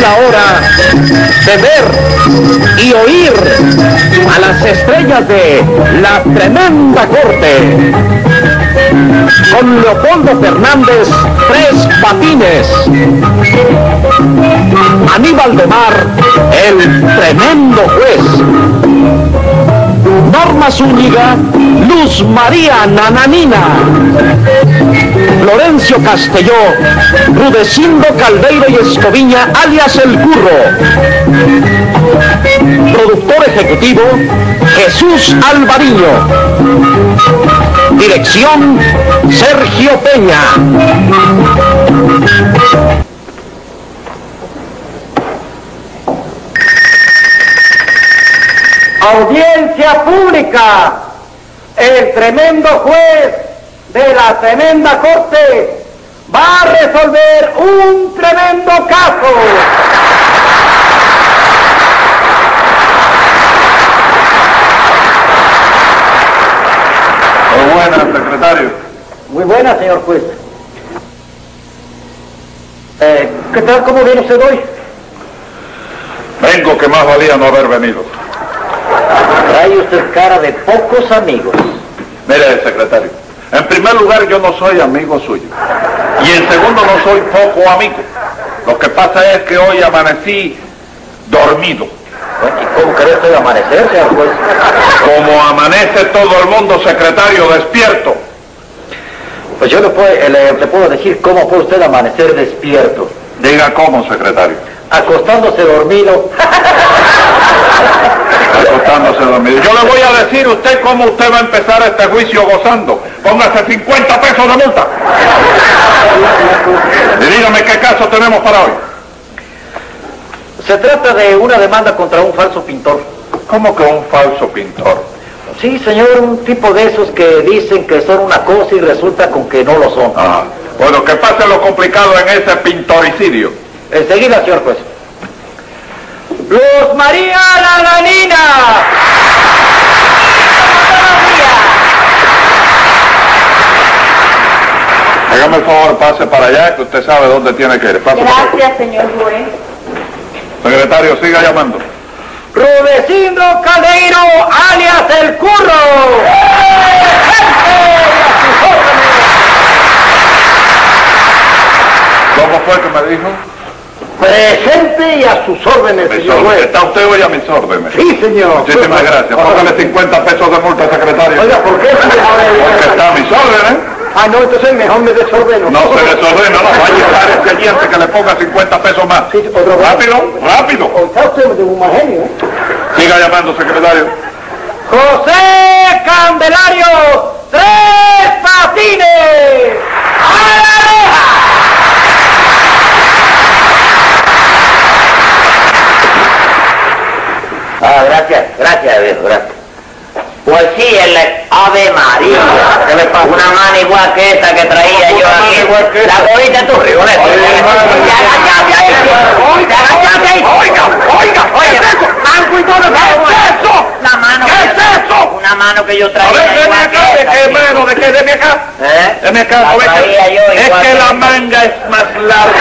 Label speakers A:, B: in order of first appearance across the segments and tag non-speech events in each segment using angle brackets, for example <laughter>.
A: la hora de ver y oír a las estrellas de la tremenda corte. Con Leopoldo Fernández, tres patines. Aníbal de Mar, el tremendo juez. Norma Zúñiga, Luz María Nananina, Florencio Castelló, Rudecindo Caldeiro y Escoviña, alias El Curro. Productor ejecutivo, Jesús Alvariño. Dirección, Sergio Peña.
B: audiencia pública, el tremendo juez de la tremenda corte va a resolver un tremendo caso.
C: Muy buenas, secretario.
B: Muy buenas, señor juez. Eh, ¿Qué tal? ¿Cómo viene usted hoy?
C: Vengo que más valía no haber venido.
B: Trae usted cara de pocos amigos.
C: Mire, secretario, en primer lugar yo no soy amigo suyo. Y en segundo no soy poco amigo. Lo que pasa es que hoy amanecí dormido.
B: ¿Y cómo cree usted amanecer, señor juez?
C: Como amanece todo el mundo, secretario, despierto.
B: Pues yo le puedo, le, le puedo decir cómo puede usted amanecer despierto.
C: Diga cómo, secretario.
B: Acostándose dormido.
C: Acostándose dormido. Yo le voy a decir usted cómo usted va a empezar este juicio gozando. Póngase 50 pesos de multa. Y dígame qué caso tenemos para hoy.
B: Se trata de una demanda contra un falso pintor.
C: ¿Cómo que un falso pintor?
B: Sí, señor, un tipo de esos que dicen que son una cosa y resulta con que no lo son.
C: Ah, bueno, que pase lo complicado en ese pintoricidio.
B: Enseguida, señor juez. Luz María Nananina.
C: Hágame el favor, pase para allá, que usted sabe dónde tiene que ir. Pase
D: Gracias, señor juez.
C: Secretario, siga llamando.
B: Rudecindo Caldeiro, alias El Curro.
C: ¿Cómo fue que me dijo?
B: Presente y a sus órdenes,
C: Mis
B: señor
C: órdenes.
B: juez.
C: Está usted hoy a mis órdenes.
B: Sí, señor.
C: Pues, Muchísimas gracias. Póngale 50 pesos de multa, secretario.
B: Oiga, ¿por qué?
C: Porque está a mis órdenes.
B: Ah, no, entonces mejor me desordeno.
C: No
B: <laughs>
C: se desordena, no va a llegar este cliente que le ponga 50 pesos más.
B: Sí, otro más.
C: Rápido, rápido.
B: Está usted de un genio, ¿eh?
C: Siga llamando, secretario.
B: José Candelario, tres patines. ¡A la reja!
E: Ah, gracias, gracias, viejo, gracias. Pues sí, el Ave María. ¿Qué le pasa? Una mano igual que esta que traía
C: ¿Cómo
E: yo
C: una
E: aquí.
C: mano igual que esta?
E: La cogiste tú, Rigoletto.
C: Ay, hermano.
E: Ya agachaste ahí, Rigoletto. Ya agachaste ahí.
C: Oiga, oiga, ¿qué
E: Oye,
C: es eso?
E: manco y todo,
C: ¿Qué
E: ¿cómo
C: es eso?
E: La mano.
C: ¿Qué
E: que-
C: es eso?
E: Una mano que yo
C: A
E: traía.
C: ver, deme
E: igual
C: acá,
E: que
C: de
E: esta,
C: qué
E: sí.
C: mano, de qué, deme acá.
E: ¿Eh?
C: Deme acá,
E: La
C: joven, que-
E: traía yo
C: Es
E: igual
C: que la
E: esta.
C: manga es más larga.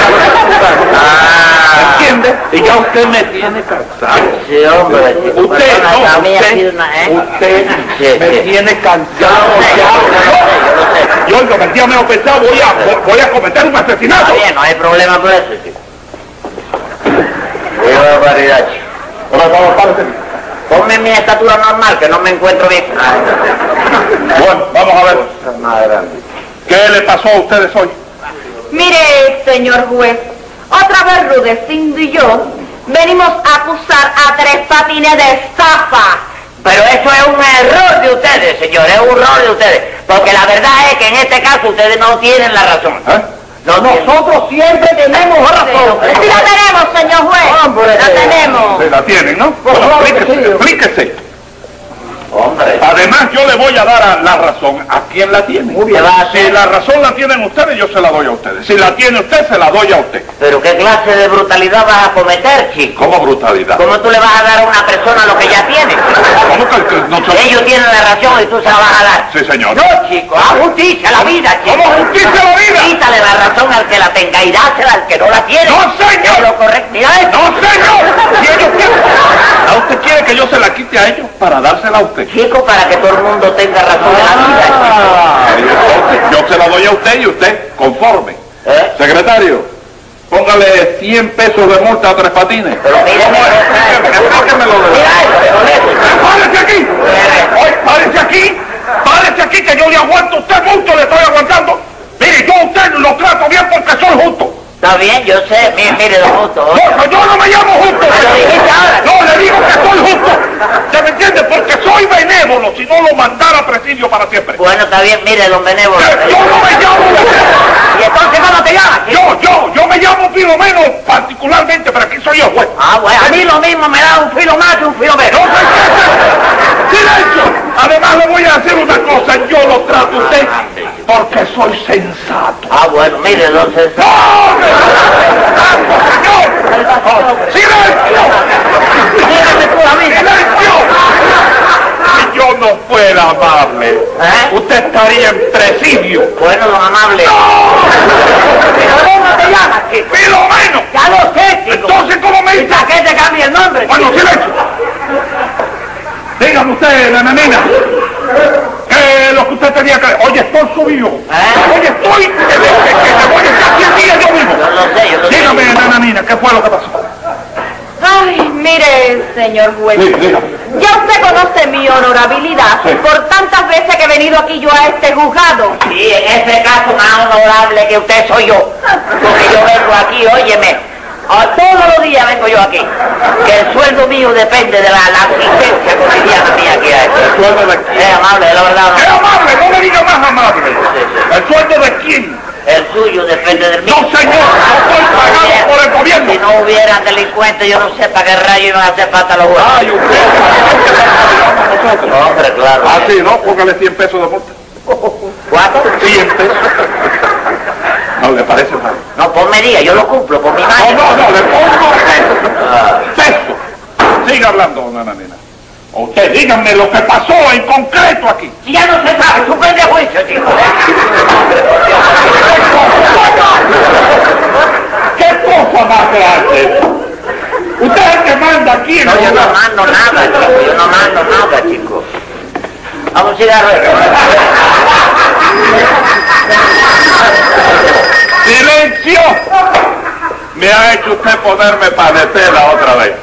E: Ah.
C: ¿Entiende? Y ya usted me tiene cansado.
E: Sí, hombre. sí.
C: Usted,
E: Perdona,
C: no,
E: la mía ha
C: usted,
E: sido una, ¿eh?
C: usted
E: Sí,
C: me
E: sí.
C: tiene cansado
E: Yo lo sé,
C: ya.
E: yo lo sé, yo lo sé.
C: Yo, oiga, me día menos pensado, voy a, voy a cometer un asesinato.
E: Está bien, no hay problema por eso, chico. Qué barbaridad, chico.
C: Hola, vamos, párate.
E: Ponme mi estatura normal, que no me encuentro bien.
C: Ah. Bueno, vamos a ver. ¿Qué le pasó a ustedes hoy?
D: Mire, señor juez, otra vez Rudecindo y yo venimos a acusar a Tres Patines de estafa.
E: Pero eso es un error de ustedes, señores, es un error de ustedes. Porque la verdad es que en este caso ustedes no tienen la razón.
C: ¿Eh?
E: No,
B: Nosotros siempre tenemos razón.
D: Sí la tenemos, señor juez.
B: Hombre.
D: La tenemos.
C: Se la tienen, ¿no? Bueno,
B: favor,
C: explíquese,
B: sí.
C: explíquese.
D: Hombre.
C: Además, yo le voy a dar a la razón a quien la tiene.
D: Muy bien.
C: Si la razón la tienen ustedes, yo se la doy a ustedes. Si la tiene usted, se la doy a usted.
D: Pero qué clase de brutalidad vas a cometer, chico.
C: ¿Cómo brutalidad?
D: ¿Cómo tú le vas a dar a una persona lo que ya tiene?
C: ¿Cómo que- que no se-
D: Ellos tienen la razón y tú se la vas a dar.
C: Sí, señor.
D: No, chico, haz justicia a la vida, chico.
C: ¿Cómo justicia a la vida?
D: Quítale la razón al que la tenga y dásela al que no la tiene.
C: ¡No, señor!
D: Es lo correcto. Mira esto.
C: ¡No, señor! Si ellos quieren- ¿A usted quiere que yo se la quite a ellos para dársela a usted?
D: Chico, para que todo el mundo tenga razón en la vida, chico.
C: Ah, entonces yo se la doy a usted y usted conforme.
D: ¿Eh?
C: Secretario, póngale 100 pesos de multa a Tres Patines.
D: Pero mire,
C: ¿Cómo es? Explíqueme, explíquemelo de
D: Mira
C: verdad.
D: esto, Lorenzo.
C: ¡Párese aquí! ¡Oye, párese aquí! ¡Párese aquí que yo le aguanto a usted mucho, le estoy aguantando! Mire, yo a usted lo trato bien porque soy justo.
D: Está bien, yo sé. Mire, mire, don Justo.
C: No, yo no me llamo justo.
D: Me lo dijiste ahora.
C: No, le digo que soy justo. ¿Se me entiende? Porque soy benévolo, si no lo mandara a presidio para siempre.
D: Bueno, está bien, mire, don Benévolo.
C: Que Yo no me llamo benévolo.
D: ¿Y entonces cómo te llamas, chico?
C: Yo, yo, yo me llamo Filomeno particularmente, pero aquí soy yo juez.
D: Ah, bueno, a mí lo mismo me da un filo más que un filo menos.
C: ¡No se queje! ¡Silencio! Además le voy a decir una cosa, yo lo trato a usted porque soy sensato.
D: Ah, bueno, mire, don
C: ¡No!
D: César.
C: ¡Me ¡Santo señor! ¡Silencio!
D: Dígame tú a mí.
C: ¡Silencio! Si yo no fuera amable,
D: ¿Eh?
C: usted estaría en presidio.
D: Bueno, don Amable. ¿Pero cómo te llamas, chico?
C: ¡Filomeno!
D: Ya lo sé, chico.
C: Entonces, ¿cómo me dice?
D: ¿Para qué te cambia el nombre?
C: Bueno,
D: chico?
C: silencio. Dígame usted, nananina, que lo que usted tenía que... Oye, estoy subido.
D: ¿Eh?
C: Oye, estoy... Que, que, que me voy a echar 100 días yo mismo.
D: Yo lo sé, yo lo sé.
C: Dígame, nananina, ¿qué fue lo que pasó?
F: Ay, mire, señor juez.
C: Sí, dígame.
F: Ya usted conoce mi honorabilidad
C: Sí.
F: por tantas veces que he venido aquí yo a este juzgado.
D: Sí, en ese caso más honorable que usted soy yo. Porque yo vengo aquí, óyeme. a- todos los días vengo yo aquí. Que el sueldo mío depende de la, la asistencia cotidiana mía que hay.
C: ¿El sueldo de quién?
D: Es amable, de la verdad.
C: ¡Qué amable! ¡No me diga más amable! ¿El sueldo de quién?
D: no. El suyo depende del mío.
C: ¡No, señor! ¡No soy pagado por el
D: Si
C: gobierno!
D: no hubieran delincuentes, yo no sé para qué rayo iban a hacer falta los jueces.
C: ¡Ay, usted! Ah,
D: No, hombre, claro.
C: Así, ¿no? Póngale 100 pesos de multa.
D: ¿Cuánto?
C: 100 pesos. No le parece mal.
D: No, ponme día, yo lo cumplo, por mi
C: No,
D: madre.
C: no, no, le pongo
D: Ah.
C: peso. Peso. Siga hablando, nananina. O Usted díganme lo que pasó en concreto aquí.
D: Si Ya no se sabe, suspende juicio, chico.
C: ¿Qué cosa más grande? Usted es el que manda aquí en
D: No, yo
C: el
D: no
C: hogar.
D: mando nada, chico, yo no mando nada, chico. Vamos un cigarro.
C: ¡Silencio! Me ha hecho usted ponerme panetela otra vez.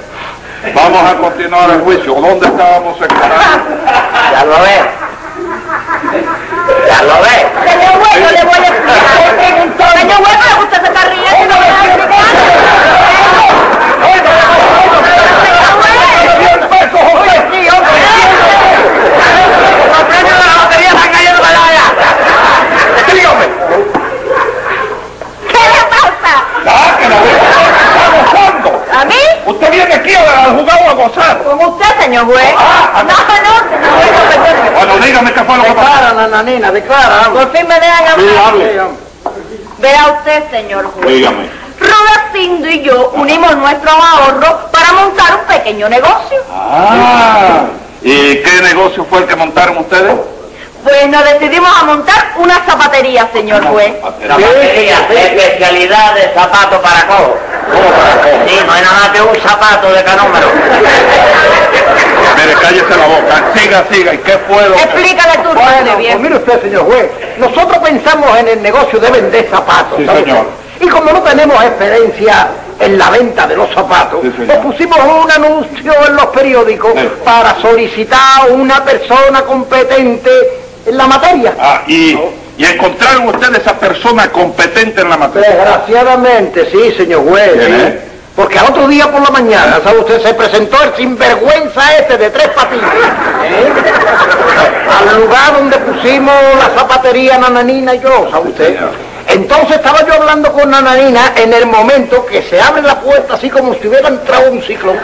C: Vamos a continuar el juicio. ¿Dónde estábamos encarando?
D: Ya lo ves. Ya lo ves.
F: Señor juez, yo le voy a explicar. Señor juez, pero usted se está riendo. me está explicando. Señor juez.
C: ¡Cien pesos, hombre!
D: Comprende la lotería, está cayendo para allá.
C: ¡Dígame!
F: ¿Qué le pasa?
C: ¡Ah, que la vieja está gozando!
F: ¿A mí?
C: Usted viene aquí al juzgado a gozar.
F: ¿Como usted, señor juez?
C: Ah,
F: No, no, señor juez, no, perdón.
C: Bueno, dígame qué fue lo que pasó.
B: Declara, nananina, declara. vamos.
F: Por fin me dejan
C: Sí,
F: hablar.
C: hable.
F: Vea usted, señor juez.
C: Dígame.
F: Rodecindo y yo unimos nuestros ahorros para montar un pequeño negocio.
C: Ah, ¿y qué negocio fue el que montaron ustedes?
F: Pues nos decidimos a montar una zapatería, señor juez.
D: La batería, especialidad de zapato para cojo. Sí, no hay nada más que un zapato de canómero.
C: Mire, cállese la boca. Siga, siga. ¿Y qué fue lo que...
F: Explícale tú,
B: Bueno,
F: Rodecindo,
B: pues
F: bien.
B: mire usted, señor juez, nosotros pensamos en el negocio de vender zapatos.
C: Sí,
B: ¿sabe
C: señor.
B: usted? Y como no tenemos experiencia en la venta de los zapatos,
C: Sí, señor.
B: pues pusimos un anuncio en los periódicos
C: Sí.
B: para solicitar una persona competente en la materia.
C: Ah, y, y encontraron ustedes esa persona competente en la materia.
B: Desgraciadamente, sí, señor juez.
C: ¿Quién
B: sí.
C: es?
B: Porque al otro día por la mañana, ¿sabe usted? Se presentó el sinvergüenza este de tres patines. ¿eh? Al lugar donde pusimos la zapatería Nananina y yo, ¿sabe usted?
C: señor.
B: Entonces estaba yo hablando con Nananina en el momento que se abre la puerta así como si hubiera entrado un ciclón.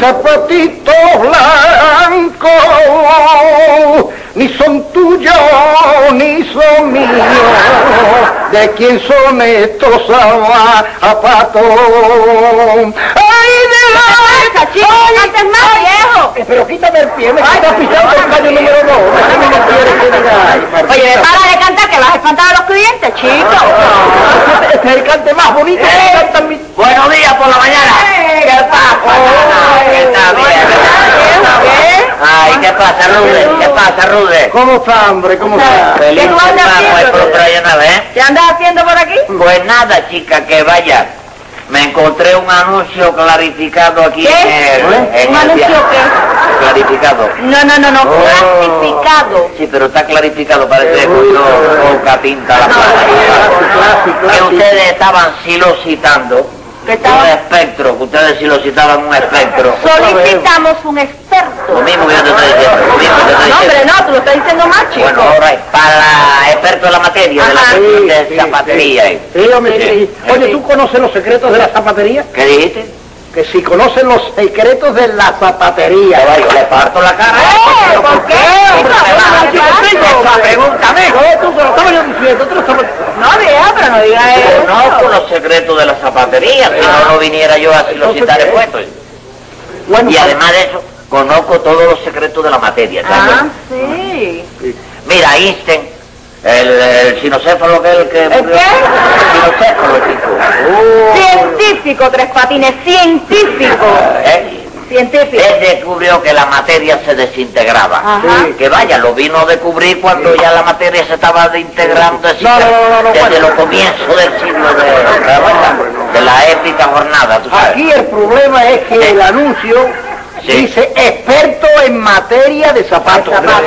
B: zapatitos blancos ni son tuyos ni son míos. ¿De quién son estos zapatos? ¡Ay, de la...
F: ¡Pasa, chico! ¡Antes más, viejo!
B: Eh, Pero quítame el pie, me está pisando el caño número dos. ¿Qué me quiere que
D: pues,
B: diga?
F: Oye, para de cantar que vas a espantar a los clientes,
D: Ah,
F: chico.
B: Este es el cante más bonito que canta mi...
D: Buenos días por la mañana. ¿Qué pasa? ¿Qué está bien?
F: ¿Qué?
D: Ay, ¿qué pasa, Rude? ¿Qué pasa, Rude?
B: ¿Cómo está, hombre? ¿Cómo está?
D: Feliz
F: ¿Qué tú andas haciendo,
D: el
F: Rude?
D: ¿eh?
F: ¿Qué andas haciendo por aquí?
D: Pues nada, chica, que vaya. Me encontré un anuncio clarificado aquí
F: ¿Qué? ¿Eh?
D: en el... en
F: ¿Un
D: el
F: anuncio
D: diario.
F: qué?
D: Clarificado.
F: No, no, no, no, clasificado.
D: Oh. Sí, pero está clarificado, parece que cogió poca pinta la plata. Que
B: clásico.
D: ustedes estaban silocitando
F: ¿Qué tal?
D: un espectro, que ustedes silocitaban un espectro.
F: Solicitamos un experto.
D: Lo mismo que yo te estoy diciendo, lo mismo que te estoy
F: No, hombre,
D: diciendo.
F: no, tú lo estás diciendo mal, chico.
D: Bueno, ahora es para experto en la materia, de la
F: Ajá.
D: cuestión
B: Sí,
D: de
B: sí,
D: zapatería. ¿eh?
B: Sí, hombre,
D: Sí,
B: sí.
D: sí.
B: Oye, ¿tú conoces los secretos de la zapatería?
D: ¿Qué dijiste?
B: Que si conoces los secretos de la zapatería.
D: Caballo, le parto la cara.
F: Eh,
D: ¿eh?
F: ¿por qué?
D: Hombre, me va a
F: ¿Qué
D: decir
F: pasa?
D: eso, pregúntame.
B: No, tú se lo estaba yo diciendo, tú lo estabas-
F: No, viejo, pero no digas eso.
D: Conozco los secretos de la zapatería, si no, no viniera yo a
B: Entonces,
D: silocitar
B: ¿qué?
D: expuestos.
B: Bueno, pues-
D: Y además de eso, conozco todos los secretos de la materia. ¿sabes?
F: Ah, sí.
D: Mira, Einstein, el, el sinocéfalo que es el que...
F: ¿El qué?
D: Sinocéfalo, chico.
F: Científico, tres patines, científico.
D: ¿Eh?
F: Científico.
D: Él descubrió que la materia se desintegraba.
F: Ajá.
D: Que vaya, lo vino a descubrir cuando ya la materia se estaba desintegrando desintegrando,
B: No, no, no, no, no,
D: desde
B: bueno. Ah,
D: los comienzos del siglo de, de la épica jornada. ¿tú sabes?
B: Aquí el problema es que el anuncio
D: Sí.
B: dice experto en materia de zapatos.
D: Claro,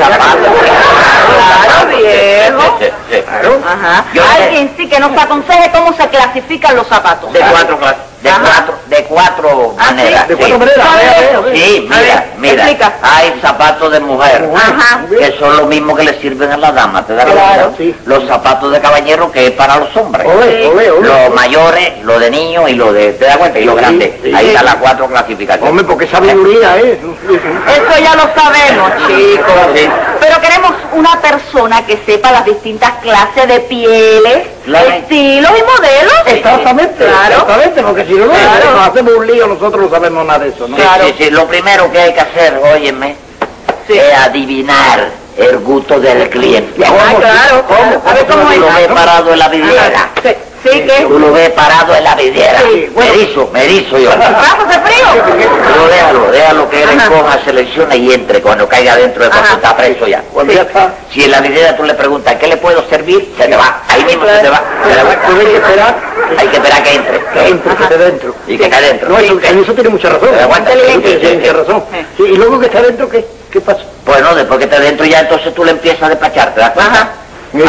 F: viejo.
D: Sí, sí, sí.
F: Ajá.
D: Yo sé-
F: Alguien sí que nos aconseje cómo se clasifican los zapatos.
D: De cuatro clases. De
F: Ajá.
D: cuatro, de cuatro
F: ¿Ah, sí?
D: maneras.
B: De
D: sí.
B: cuatro maneras.
F: ¿Sabe
B: vea,
F: eso?
B: vea, vea.
D: Sí,
F: A
D: mira,
F: ver,
D: mira.
F: explica.
D: Hay zapatos de mujer.
F: Ajá.
D: Que son lo mismo que le sirven a las damas, ¿te das
B: Claro,
D: cuenta?
B: sí.
D: Los zapatos de caballero que es para los hombres.
B: Ole, ole, ole.
D: Los mayores, los de niños y los de, ¿te das cuenta? Y los grandes.
B: sí.
D: Ahí están las cuatro Eh, clasificaciones.
B: Hombre, porque sabiduría es.
F: Eso ya lo sabemos, chicos.
D: Sí.
F: Pero queremos una persona que sepa las distintas clases de pieles,
D: Claro.
F: estilos y modelos.
B: Exactamente, exactamente, porque si no, no, nos hacemos un lío, nosotros no sabemos nada de eso, ¿no?
D: Sí, sí, sí, lo primero que hay que hacer, óyeme, es adivinar el gusto del cliente.
B: ¿Cómo?
D: Ay,
B: ¿Cómo?
D: A ver, ¿cómo
B: ¿Cómo
D: tú lo
B: es?
D: ves parado en la vidriera.
F: Sí, sí, que
D: Tú lo ves parado en la vidriera.
B: Sí, bueno.
D: Me erizo, me erizo yo.
F: brazos de frío.
D: Pero déjalo, déjalo que él coja selecciones y entre cuando caiga dentro de cuando
F: Ajá.
D: está preso ya.
B: Cuando ya está.
D: Si en la vidriera tú le preguntas, ¿qué le puedo servir? Se te va, ahí mismo se te va. Se te va.
B: Pero hay que esperar
D: Hay que esperar que entre.
B: que entre, que esté dentro.
D: Y que caiga dentro.
B: No, eso, en eso tiene mucha razón.
D: Pero aguanta, Eh.
B: Tiene
D: sí, sí,
B: mucha
D: sí.
B: razón. Sí, y luego que está dentro, ¿qué, qué pasa?
D: Bueno, después que te dentro ya, entonces tú le empiezas a despachar, ¿te das cuenta?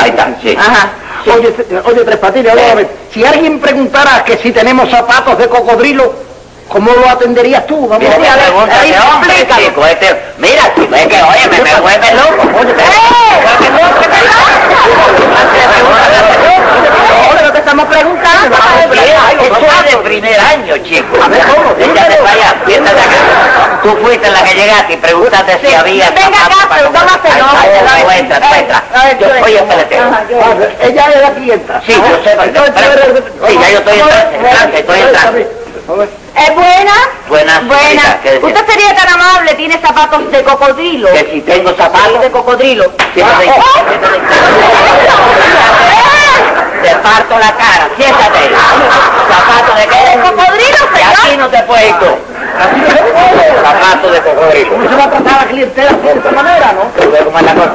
D: Ahí está, Ah, sí.
F: Ajá.
B: Oye, te- oye, Tres Patines, ahora,
D: Sí.
B: a ver, si alguien preguntara que si tenemos zapatos de cocodrilo, ¿cómo lo atenderías tú? Vamos
D: pues Mira,
B: a
D: qué
B: ver.
D: pregunta,
F: ahí
D: qué hombre,
F: explícalo.
D: chico, este- mira, chico, es que, oye, me, me vuelve loco. Oye, me- me vuelve loco, me- me vuelve loco.
F: Pero te estamos preguntando.
D: Vamos, primera, eso es de primer año, chico.
B: A ver, ¿cómo?
D: Échate para allá, siéntate acá. Tú fuiste la que llegaste y preguntaste si había...
F: Venga
D: zapatos
F: acá,
D: para
F: pero
D: comprar.
F: tómate,
D: Ahí
F: no,
D: está,
F: a
D: tú entra, tú
F: ver, eh,
D: entra.
F: a ver,
D: Yo-
F: tú entra.
D: Oye, espérate.
B: A ver, Ah, Ella es la clienta.
D: Sí, yo sé, pero-
B: Entonces,
D: pero-
B: a ver,
D: sí, ya yo estoy en
B: a ver,
D: trance, en trance, estoy en trance.
B: a ver, a ver.
F: ¿Es buena?
D: Buena,
F: Buena.
D: señorita, ¿qué decía?
F: Usted sería tan amable, tiene zapatos de cocodrilo. ¡Eh!
D: Que si tengo zapatos...
F: De cocodrilo.
D: Siéntate.
F: Ah, oh.
D: Siéntate. Te parto la cara, siéntate. Zapato de qué?
F: ¿De cocodrilo,
D: Y
F: señor?
D: aquí no te puedes ir tú. Zapato de cocodrilo.
B: No se va a tratar a la clientela así, de esta manera, ¿no?
D: ¿Tú ves cómo es la cosa?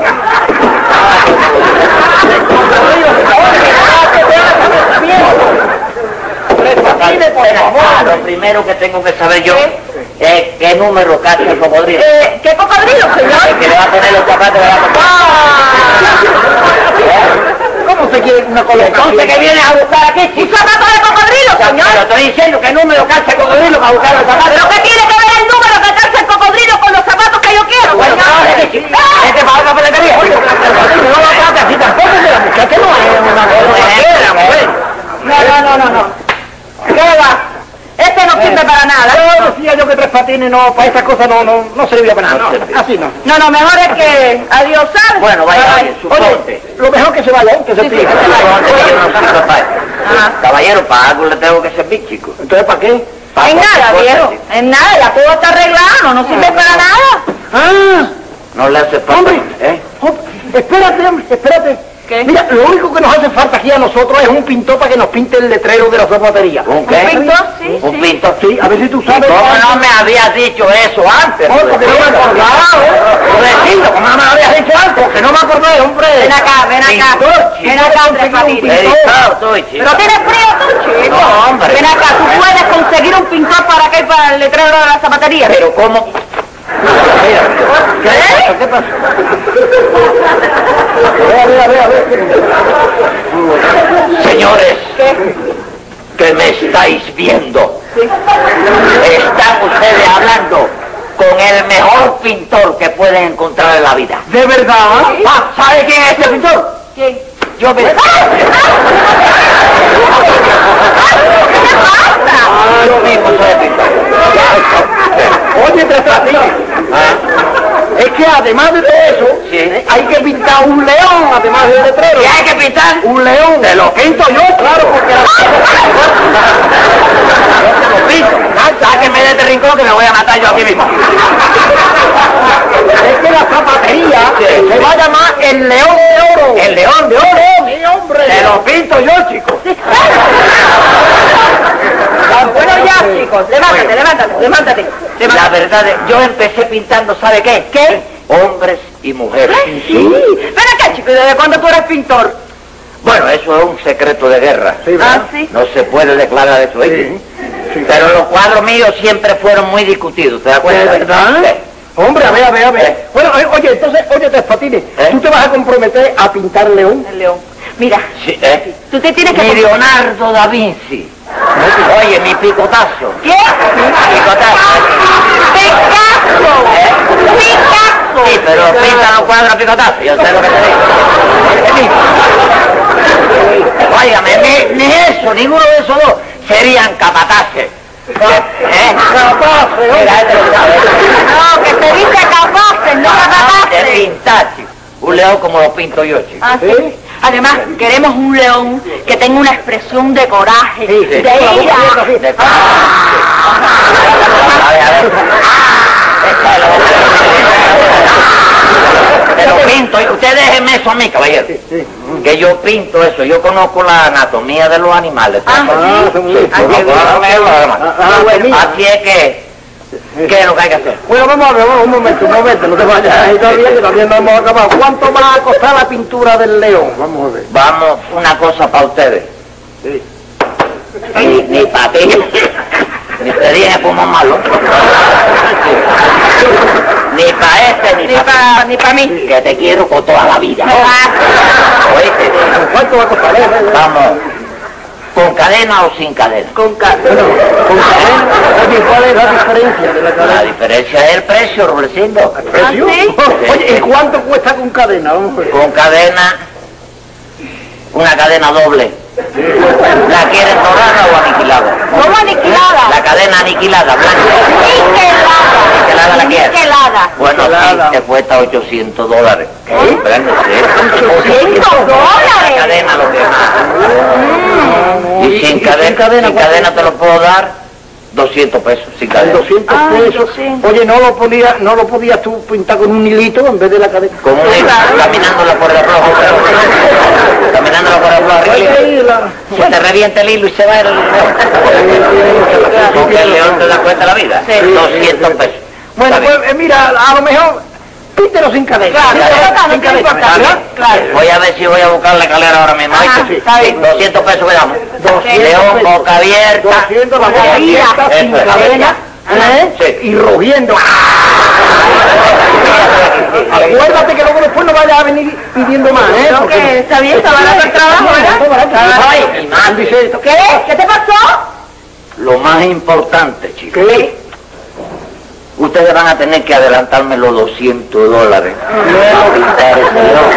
B: Patines, por favor.
D: Ah, Lo primero que tengo que saber yo es qué número cacha el cocodrilo.
F: Eh, ¿Qué cocodrilo,
D: El
F: señor?
D: que le va a poner los zapatos le va a poner.
B: ¿Cómo se quiere una colocación?
D: Entonces que vienes a buscar aquí,
F: ¿Un
D: chico.
F: zapato de cocodrilo,
D: Te lo
F: señor?
D: estoy diciendo, qué número cacha el cocodrilo para buscar los zapatos.
F: ¿Pero qué tiene que ver el número que calza el cocodrilo con los zapatos que yo quiero, pues,
D: Bueno,
F: señor?
D: vale, chico.
F: ¡Ah!
D: Vete Este para otra peletería.
B: ¡Ah! No lo trate así tampoco, de la muchacha no es una
D: Era, mujer.
F: No, no, no, no, no. ¿Qué va? Este no sirve para nada.
B: Claro, sí, diga yo que tres patines no, para esas cosas no, no, no servía
D: Ah,
B: para nada. No, así no.
F: No, no, mejor es que adiós, ¿sabes?
D: Bueno, vaya,
F: Bye,
D: vaya,
F: bye.
D: su Este
B: Oye, lo mejor que se vaya, ¿eh? que se
F: Sí, sí,
B: pida.
F: que se vaya.
D: Yo no soy capaz.
B: Ah.
F: Ajá.
D: Caballero, para algo le tengo que servir, chico.
B: Entonces, ¿para qué?
F: En nada, viejo. En nada, la cosa está arreglada, no nos sirve para nada.
B: Ah,
D: No le hace falta.
B: Hombre.
D: ¿eh?
B: oh, espérate, hombre, espérate.
F: ¿Qué?
B: Mira, lo único que nos hace falta aquí a nosotros es un pintor para que nos pinte el letrero de la zapatería.
D: ¿Un
F: Un
D: qué?
F: pintor, sí,
D: Un
F: sí.
D: pintor.
B: Sí, a ver si tú sabes.
D: ¿Cómo
B: cuál-
D: no me habías dicho eso antes?
B: Oh, porque no me acordaba, ¿eh?
D: Rudecindo, ¿cómo no me habías dicho antes?
B: Que no me acordé, hombre.
F: Ven acá, ven acá.
B: Pintor,
F: Ven acá, Tres Patines.
D: Editado estoy, chico.
F: Pero tienes frío tú, chico.
D: No, hombre.
F: Ven acá, tú puedes conseguir un pintor para acá y para el letrero de la zapatería.
D: Pero ¿cómo?
F: ¿Qué?
B: ¿Qué pasa? Vea, vea, vea, vea.
D: Señores, que me estáis viendo, están ustedes hablando con el mejor pintor que pueden encontrar en la vida.
B: De verdad, ¿eh?
D: Ah, ¿Sabe quién es este pintor?
F: ¿Quién?
D: Yo me...
F: ¿Qué pasa?
D: Ah, Yo mismo soy el pintor.
B: Oye, Tres Patines, Ah. es que además de eso,
D: Sí.
B: hay que pintar un león, además del letrero.
D: ¿Qué hay que pintar?
B: Un león.
D: Te lo pinto yo,
B: Claro, porque
D: te lo pinto. Sáquenme de este rincón que me voy a matar yo aquí mismo.
B: es que la zapatería
D: Sí.
B: se va a llamar el león de oro.
D: El león de oro.
B: Sí, hombre.
D: Te lo pinto yo, chico.
F: Bueno, ya, chicos, levántate,
D: Bueno.
F: levántate, levántate.
D: La verdad es, yo empecé pintando, ¿sabe qué?
F: ¿Qué?
D: Hombres y mujeres.
F: Sí. Ven acá, chico, ¿y desde cuándo tú eres pintor?
D: Bueno, eso es un secreto de guerra.
B: Sí, ¿verdad?
F: Ah, sí.
D: No se puede declarar eso. ¿oíste? Pero los cuadros míos siempre fueron muy discutidos, ¿te das
B: ¿De
D: cuenta?
B: verdad?
D: Sí.
B: Hombre, a ver, a ver, a ver.
D: Eh.
B: Bueno, eh, oye, entonces, oye, Tres Patines,
D: Eh.
B: ¿tú te vas a comprometer a pintar león?
F: El león. Mira,
D: Sí, ¿eh?
F: tú te tienes que...
D: Mi Leonardo da Vinci. Oye, mi picotazo.
F: ¿Qué?
D: Picotazo.
F: ¡Picasso! ¡Picasso!
D: Sí, pero pinta los cuadros a picotazo, yo sé lo que te digo. Óigame, ni, ni eso, ninguno de esos dos serían capataces. ¿Eh?
B: Capataces,
D: Mira, este lo sabe.
F: No, que te dice capaces,
D: Ah,
F: no
D: De
F: capaces.
D: pintar, chico. Un león como lo pinto yo, chico.
F: Ah, sí.
B: ¿Sí?
F: Además, queremos un león que tenga una expresión de coraje,
D: Sí, sí.
F: de
D: Con la boca
F: ira.
D: abierta, sí.
F: <laughs>
D: Ah. A ver, a ver. Esta es la boca abierta. Te lo pinto. y Usted déjeme eso a mí, caballero. Que yo pinto eso. Yo conozco la anatomía de los animales. Pues,
F: Ah,
B: Ah,
F: sí.
B: sí, muy bien.
D: Así que
B: Bueno,
D: no me lo haga
B: Ah,
D: más.
B: ah, bueno.
D: Así es que, ¿qué es lo que hay que hacer?
B: Bueno, vamos a ver, vamos, un momento, un momento, no te vayas. <laughs> Ahí todavía, que también no hemos acabado. ¿Cuánto va a costar la pintura del león? Vamos a ver.
D: Vamos, una cosa para ustedes. Ni, ni para ti. Ni te dije como malo. Ni para este, ni,
F: Ni
D: para
F: para ni pa mí.
D: Que te quiero con toda la vida.
F: Ah,
D: ¿Oíste?
B: ¿Cuánto va a costar? Eh, eh, eh.
D: Vamos. ¿Con cadena o sin cadena?
F: Con cara.
B: Bueno, con cadena, oye, Ah, ¿cuál es la diferencia de la
D: La
B: cadena?
D: diferencia es el precio, Rudecindo.
F: ¿Ah, <laughs> sí?
B: <laughs> Oye, ¿y cuánto cuesta con cadena? Vamos a ver.
D: Con cadena, una cadena doble. ¿La quieres dorada o aniquilada?
F: ¿Cómo
D: La
F: aniquilada?
D: cadena aniquilada, blanca. Aniquilada
F: Niquelada.
D: la quieres.
F: Niquelada.
D: Bueno,
B: Aniquilada.
D: sí, te cuesta 800 dólares. ¿Qué?
F: ¿800 dólares?
D: La cadena lo que más.
B: no.
D: Y sin cadena, sin cadena te lo puedo dar 200 pesos, sin
B: Al
D: cadena.
B: 200
F: Ay,
B: pesos.
F: sí.
B: Oye, no lo podías, no lo podías tú pintar con un hilito en vez de la cadena.
D: Como un
F: Claro.
D: caminándola por el rojo, caminándola por el rojo
B: Oye,
D: arriba.
B: ahí la-
D: Se te revienta el hilo y se va el león. Porque el león te da cuenta la vida.
F: Sí.
D: 200 pesos.
B: Bueno,
D: Está bien.
B: pues eh, mira, a lo mejor píntelo sin cadena.
F: Claro,
B: Sin
D: no
B: cadena,
F: importa, no
B: sin
F: te
B: cadena,
F: importa,
B: ¿verdad?
F: ¿no? Claro.
D: Voy a ver si voy a buscar la calera ahora mismo.
F: Ajá,
D: ¿oíste?
F: está bien.
D: 200 pesos que damos.
B: 200
D: León,
B: pesos.
D: boca abierta.
B: 200 la boca
F: Mira.
B: abierta, sin
D: Eso es.
B: cadena, ¿eh?
D: Sí.
B: y rugiendo. Acuérdate que luego después no vayas a venir pidiendo más, ¿eh?
F: Creo que
B: Porque-
F: está bien, está barato el trabajo,
B: Está
F: ¿verdad?
B: barato.
D: Ay, mi madre.
B: Dice esto.
F: ¿Qué? ¿Qué te pasó?
D: Lo más importante, chicos.
B: ¿Qué?
D: Ustedes van a tener que adelantarme los 200 dólares.
B: No.
D: Pintar ese león.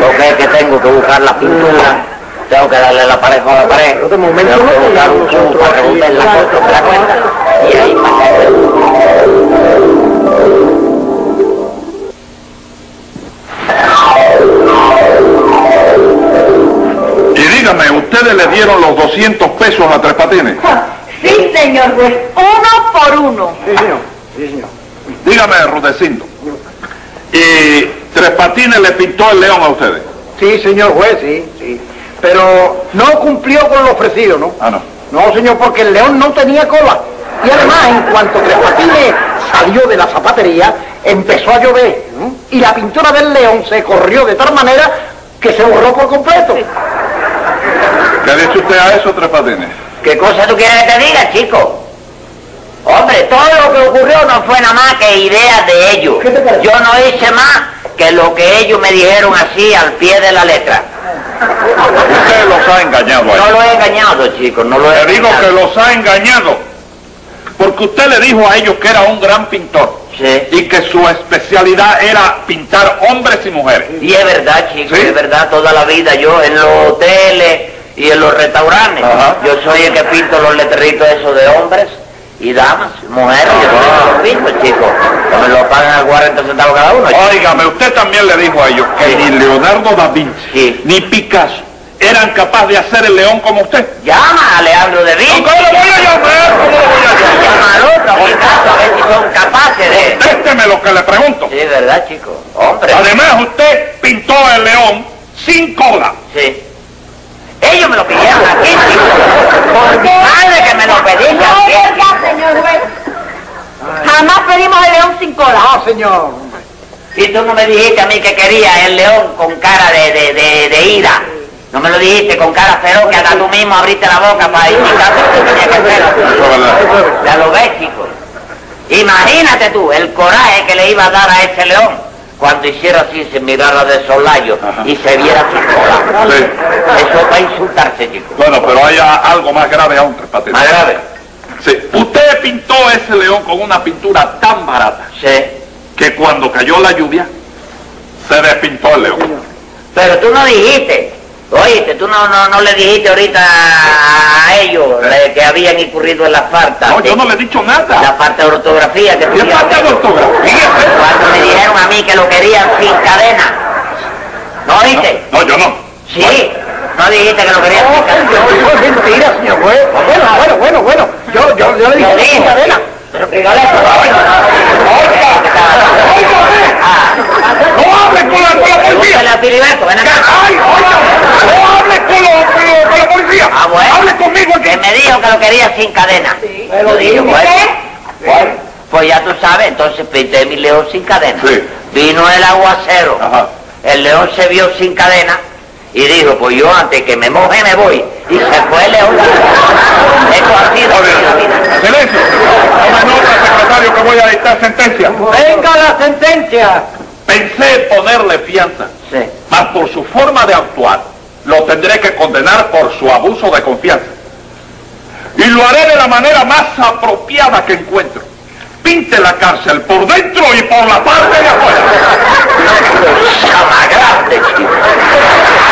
D: Porque es que tengo que buscar la pintura. Tengo que darle la pared con la pared.
B: Pero de momento
D: tengo
B: no
D: que buscar un
B: tenemos
D: cubo
B: otro
D: para
B: aquí.
D: romper la cuenta. la cuenta. Y ahí para que
C: los 200 pesos a Tres Patines?
F: Sí, señor juez, uno por uno.
B: Sí, señor. Sí, señor.
C: Dígame, Rudecindo. ¿Y Tres Patines le pintó el león a ustedes?
B: Sí, señor juez, sí, sí. Pero no cumplió con lo ofrecido, ¿no?
C: Ah, no.
B: No, señor, porque el león no tenía cola. Y además, en cuanto Tres Patines salió de la zapatería, empezó a llover. ¿no? Y la pintura del león se corrió de tal manera que se borró por completo.
C: ¿Qué dice usted a eso, Tres Patines?
D: ¿Qué cosa tú quieres que te diga, chico? Hombre, todo lo que ocurrió no fue nada más que idea de ellos.
B: ¿Qué te parece?
D: Yo no hice más que lo que ellos me dijeron así al pie de la letra.
C: Usted los ha engañado a
D: No
C: ellos.
D: lo he engañado, chicos, no lo he
C: Le digo
D: engañado.
C: que los ha engañado. Porque usted le dijo a ellos que era un gran pintor.
D: Sí.
C: Y que su especialidad era pintar hombres y mujeres.
D: Y es verdad, chicos,
C: ¿Sí?
D: es verdad, toda la vida yo en los hoteles y en los restaurantes,
C: Ajá.
D: yo soy el que pinto los letreritos esos de hombres y damas, mujeres,
C: Ah.
D: yo soy el que los pinto, chicos. Que me lo pagan a 40 centavos cada uno. chicos.
C: Óigame, usted también le dijo a ellos que ni Leonardo da Vinci
D: Sí.
C: ni Picasso eran capaces de hacer el león como usted.
D: Llama a Leandro de Vinci.
C: ¿Cómo lo voy a llamar? ¿Cómo lo voy a
D: Llama al
C: llamar?
D: otro, a Picasso, a ver si son capaces de...
C: Contésteme lo que le pregunto.
D: Sí, verdad, chicos. Hombre,
C: Además, usted pintó el león sin cola.
D: sí. Ellos me lo pidieron aquí, chicos. Por mi madre que me lo pedí
F: No,
D: aquí.
F: verdad, señor juez. Jamás pedimos el león sin cola.
B: No, Ah, señor.
D: Y tú no me dijiste a mí que quería el león con cara de, de, de, de ira. No me lo dijiste con cara feroz que hasta tú mismo abriste la boca para indicar lo que tenía
C: Eso
D: que
C: es verdad.
D: hacer. Ya lo ves, chicos. Imagínate tú el coraje que le iba a dar a ese león cuando hiciera así sin mirarla de solayo
C: Ajá.
D: y se viera sin cola.
C: Sí.
D: Eso es para insultarse, chicos.
C: Bueno, pero hay a- algo más grave aún, Tres Patines.
D: Más grave.
C: Sí. Usted pintó ese león con una pintura tan barata
D: Sí.
C: que cuando cayó la lluvia se despintó el león.
D: Pero tú no dijiste, oíste, tú no, no, no le dijiste ahorita a ellos le- que habían incurrido en la falta.
C: Eh. No, yo
D: de-
C: no le he dicho nada.
D: La parte de ortografía que tú
C: ¿Qué
D: ya
C: falta de
D: ves.
C: ortografía?
D: Cuando me dijeron a mí que lo querían sin cadena. ¿No oíste?
C: No, yo no.
D: Sí. No dijiste que lo querían sin cadena.
B: Yo digo mentira, señor juez. Bueno, bueno, bueno, bueno. Yo, yo, yo le
D: Lo
B: dije
D: dije.
B: sin cadena.
D: Pero que yo le- Ah.
C: ¡No hables con la, con la
D: Pregúntale a Filiberto, ven acá.
C: ¡Ay, oye! ¡No hables con, la- con la- con la policía!
D: Ah, bueno.
C: ¡Hable conmigo aquí!
D: Que me dijo que lo quería sin cadena. Yo dije, bueno, bueno, pues ya tú sabes, entonces pinté mi león sin cadena.
C: Sí.
D: Vino el aguacero.
C: Ajá.
D: El león se vio sin cadena y dijo, pues yo antes que me moje me voy. Y se fue
C: <laughs>
D: el león. Eso ha sido así la vida.
C: Silencio. Tome nota, secretario, que voy a dictar sentencia.
B: Venga la sentencia.
C: Pensé ponerle fianza,
D: Sí.
C: mas por su forma de actuar lo tendré que condenar por su abuso de confianza. Y lo haré de la manera más apropiada que encuentro. Pinte la cárcel por dentro y por la parte de <laughs> afuera.
D: Llama grande, chico.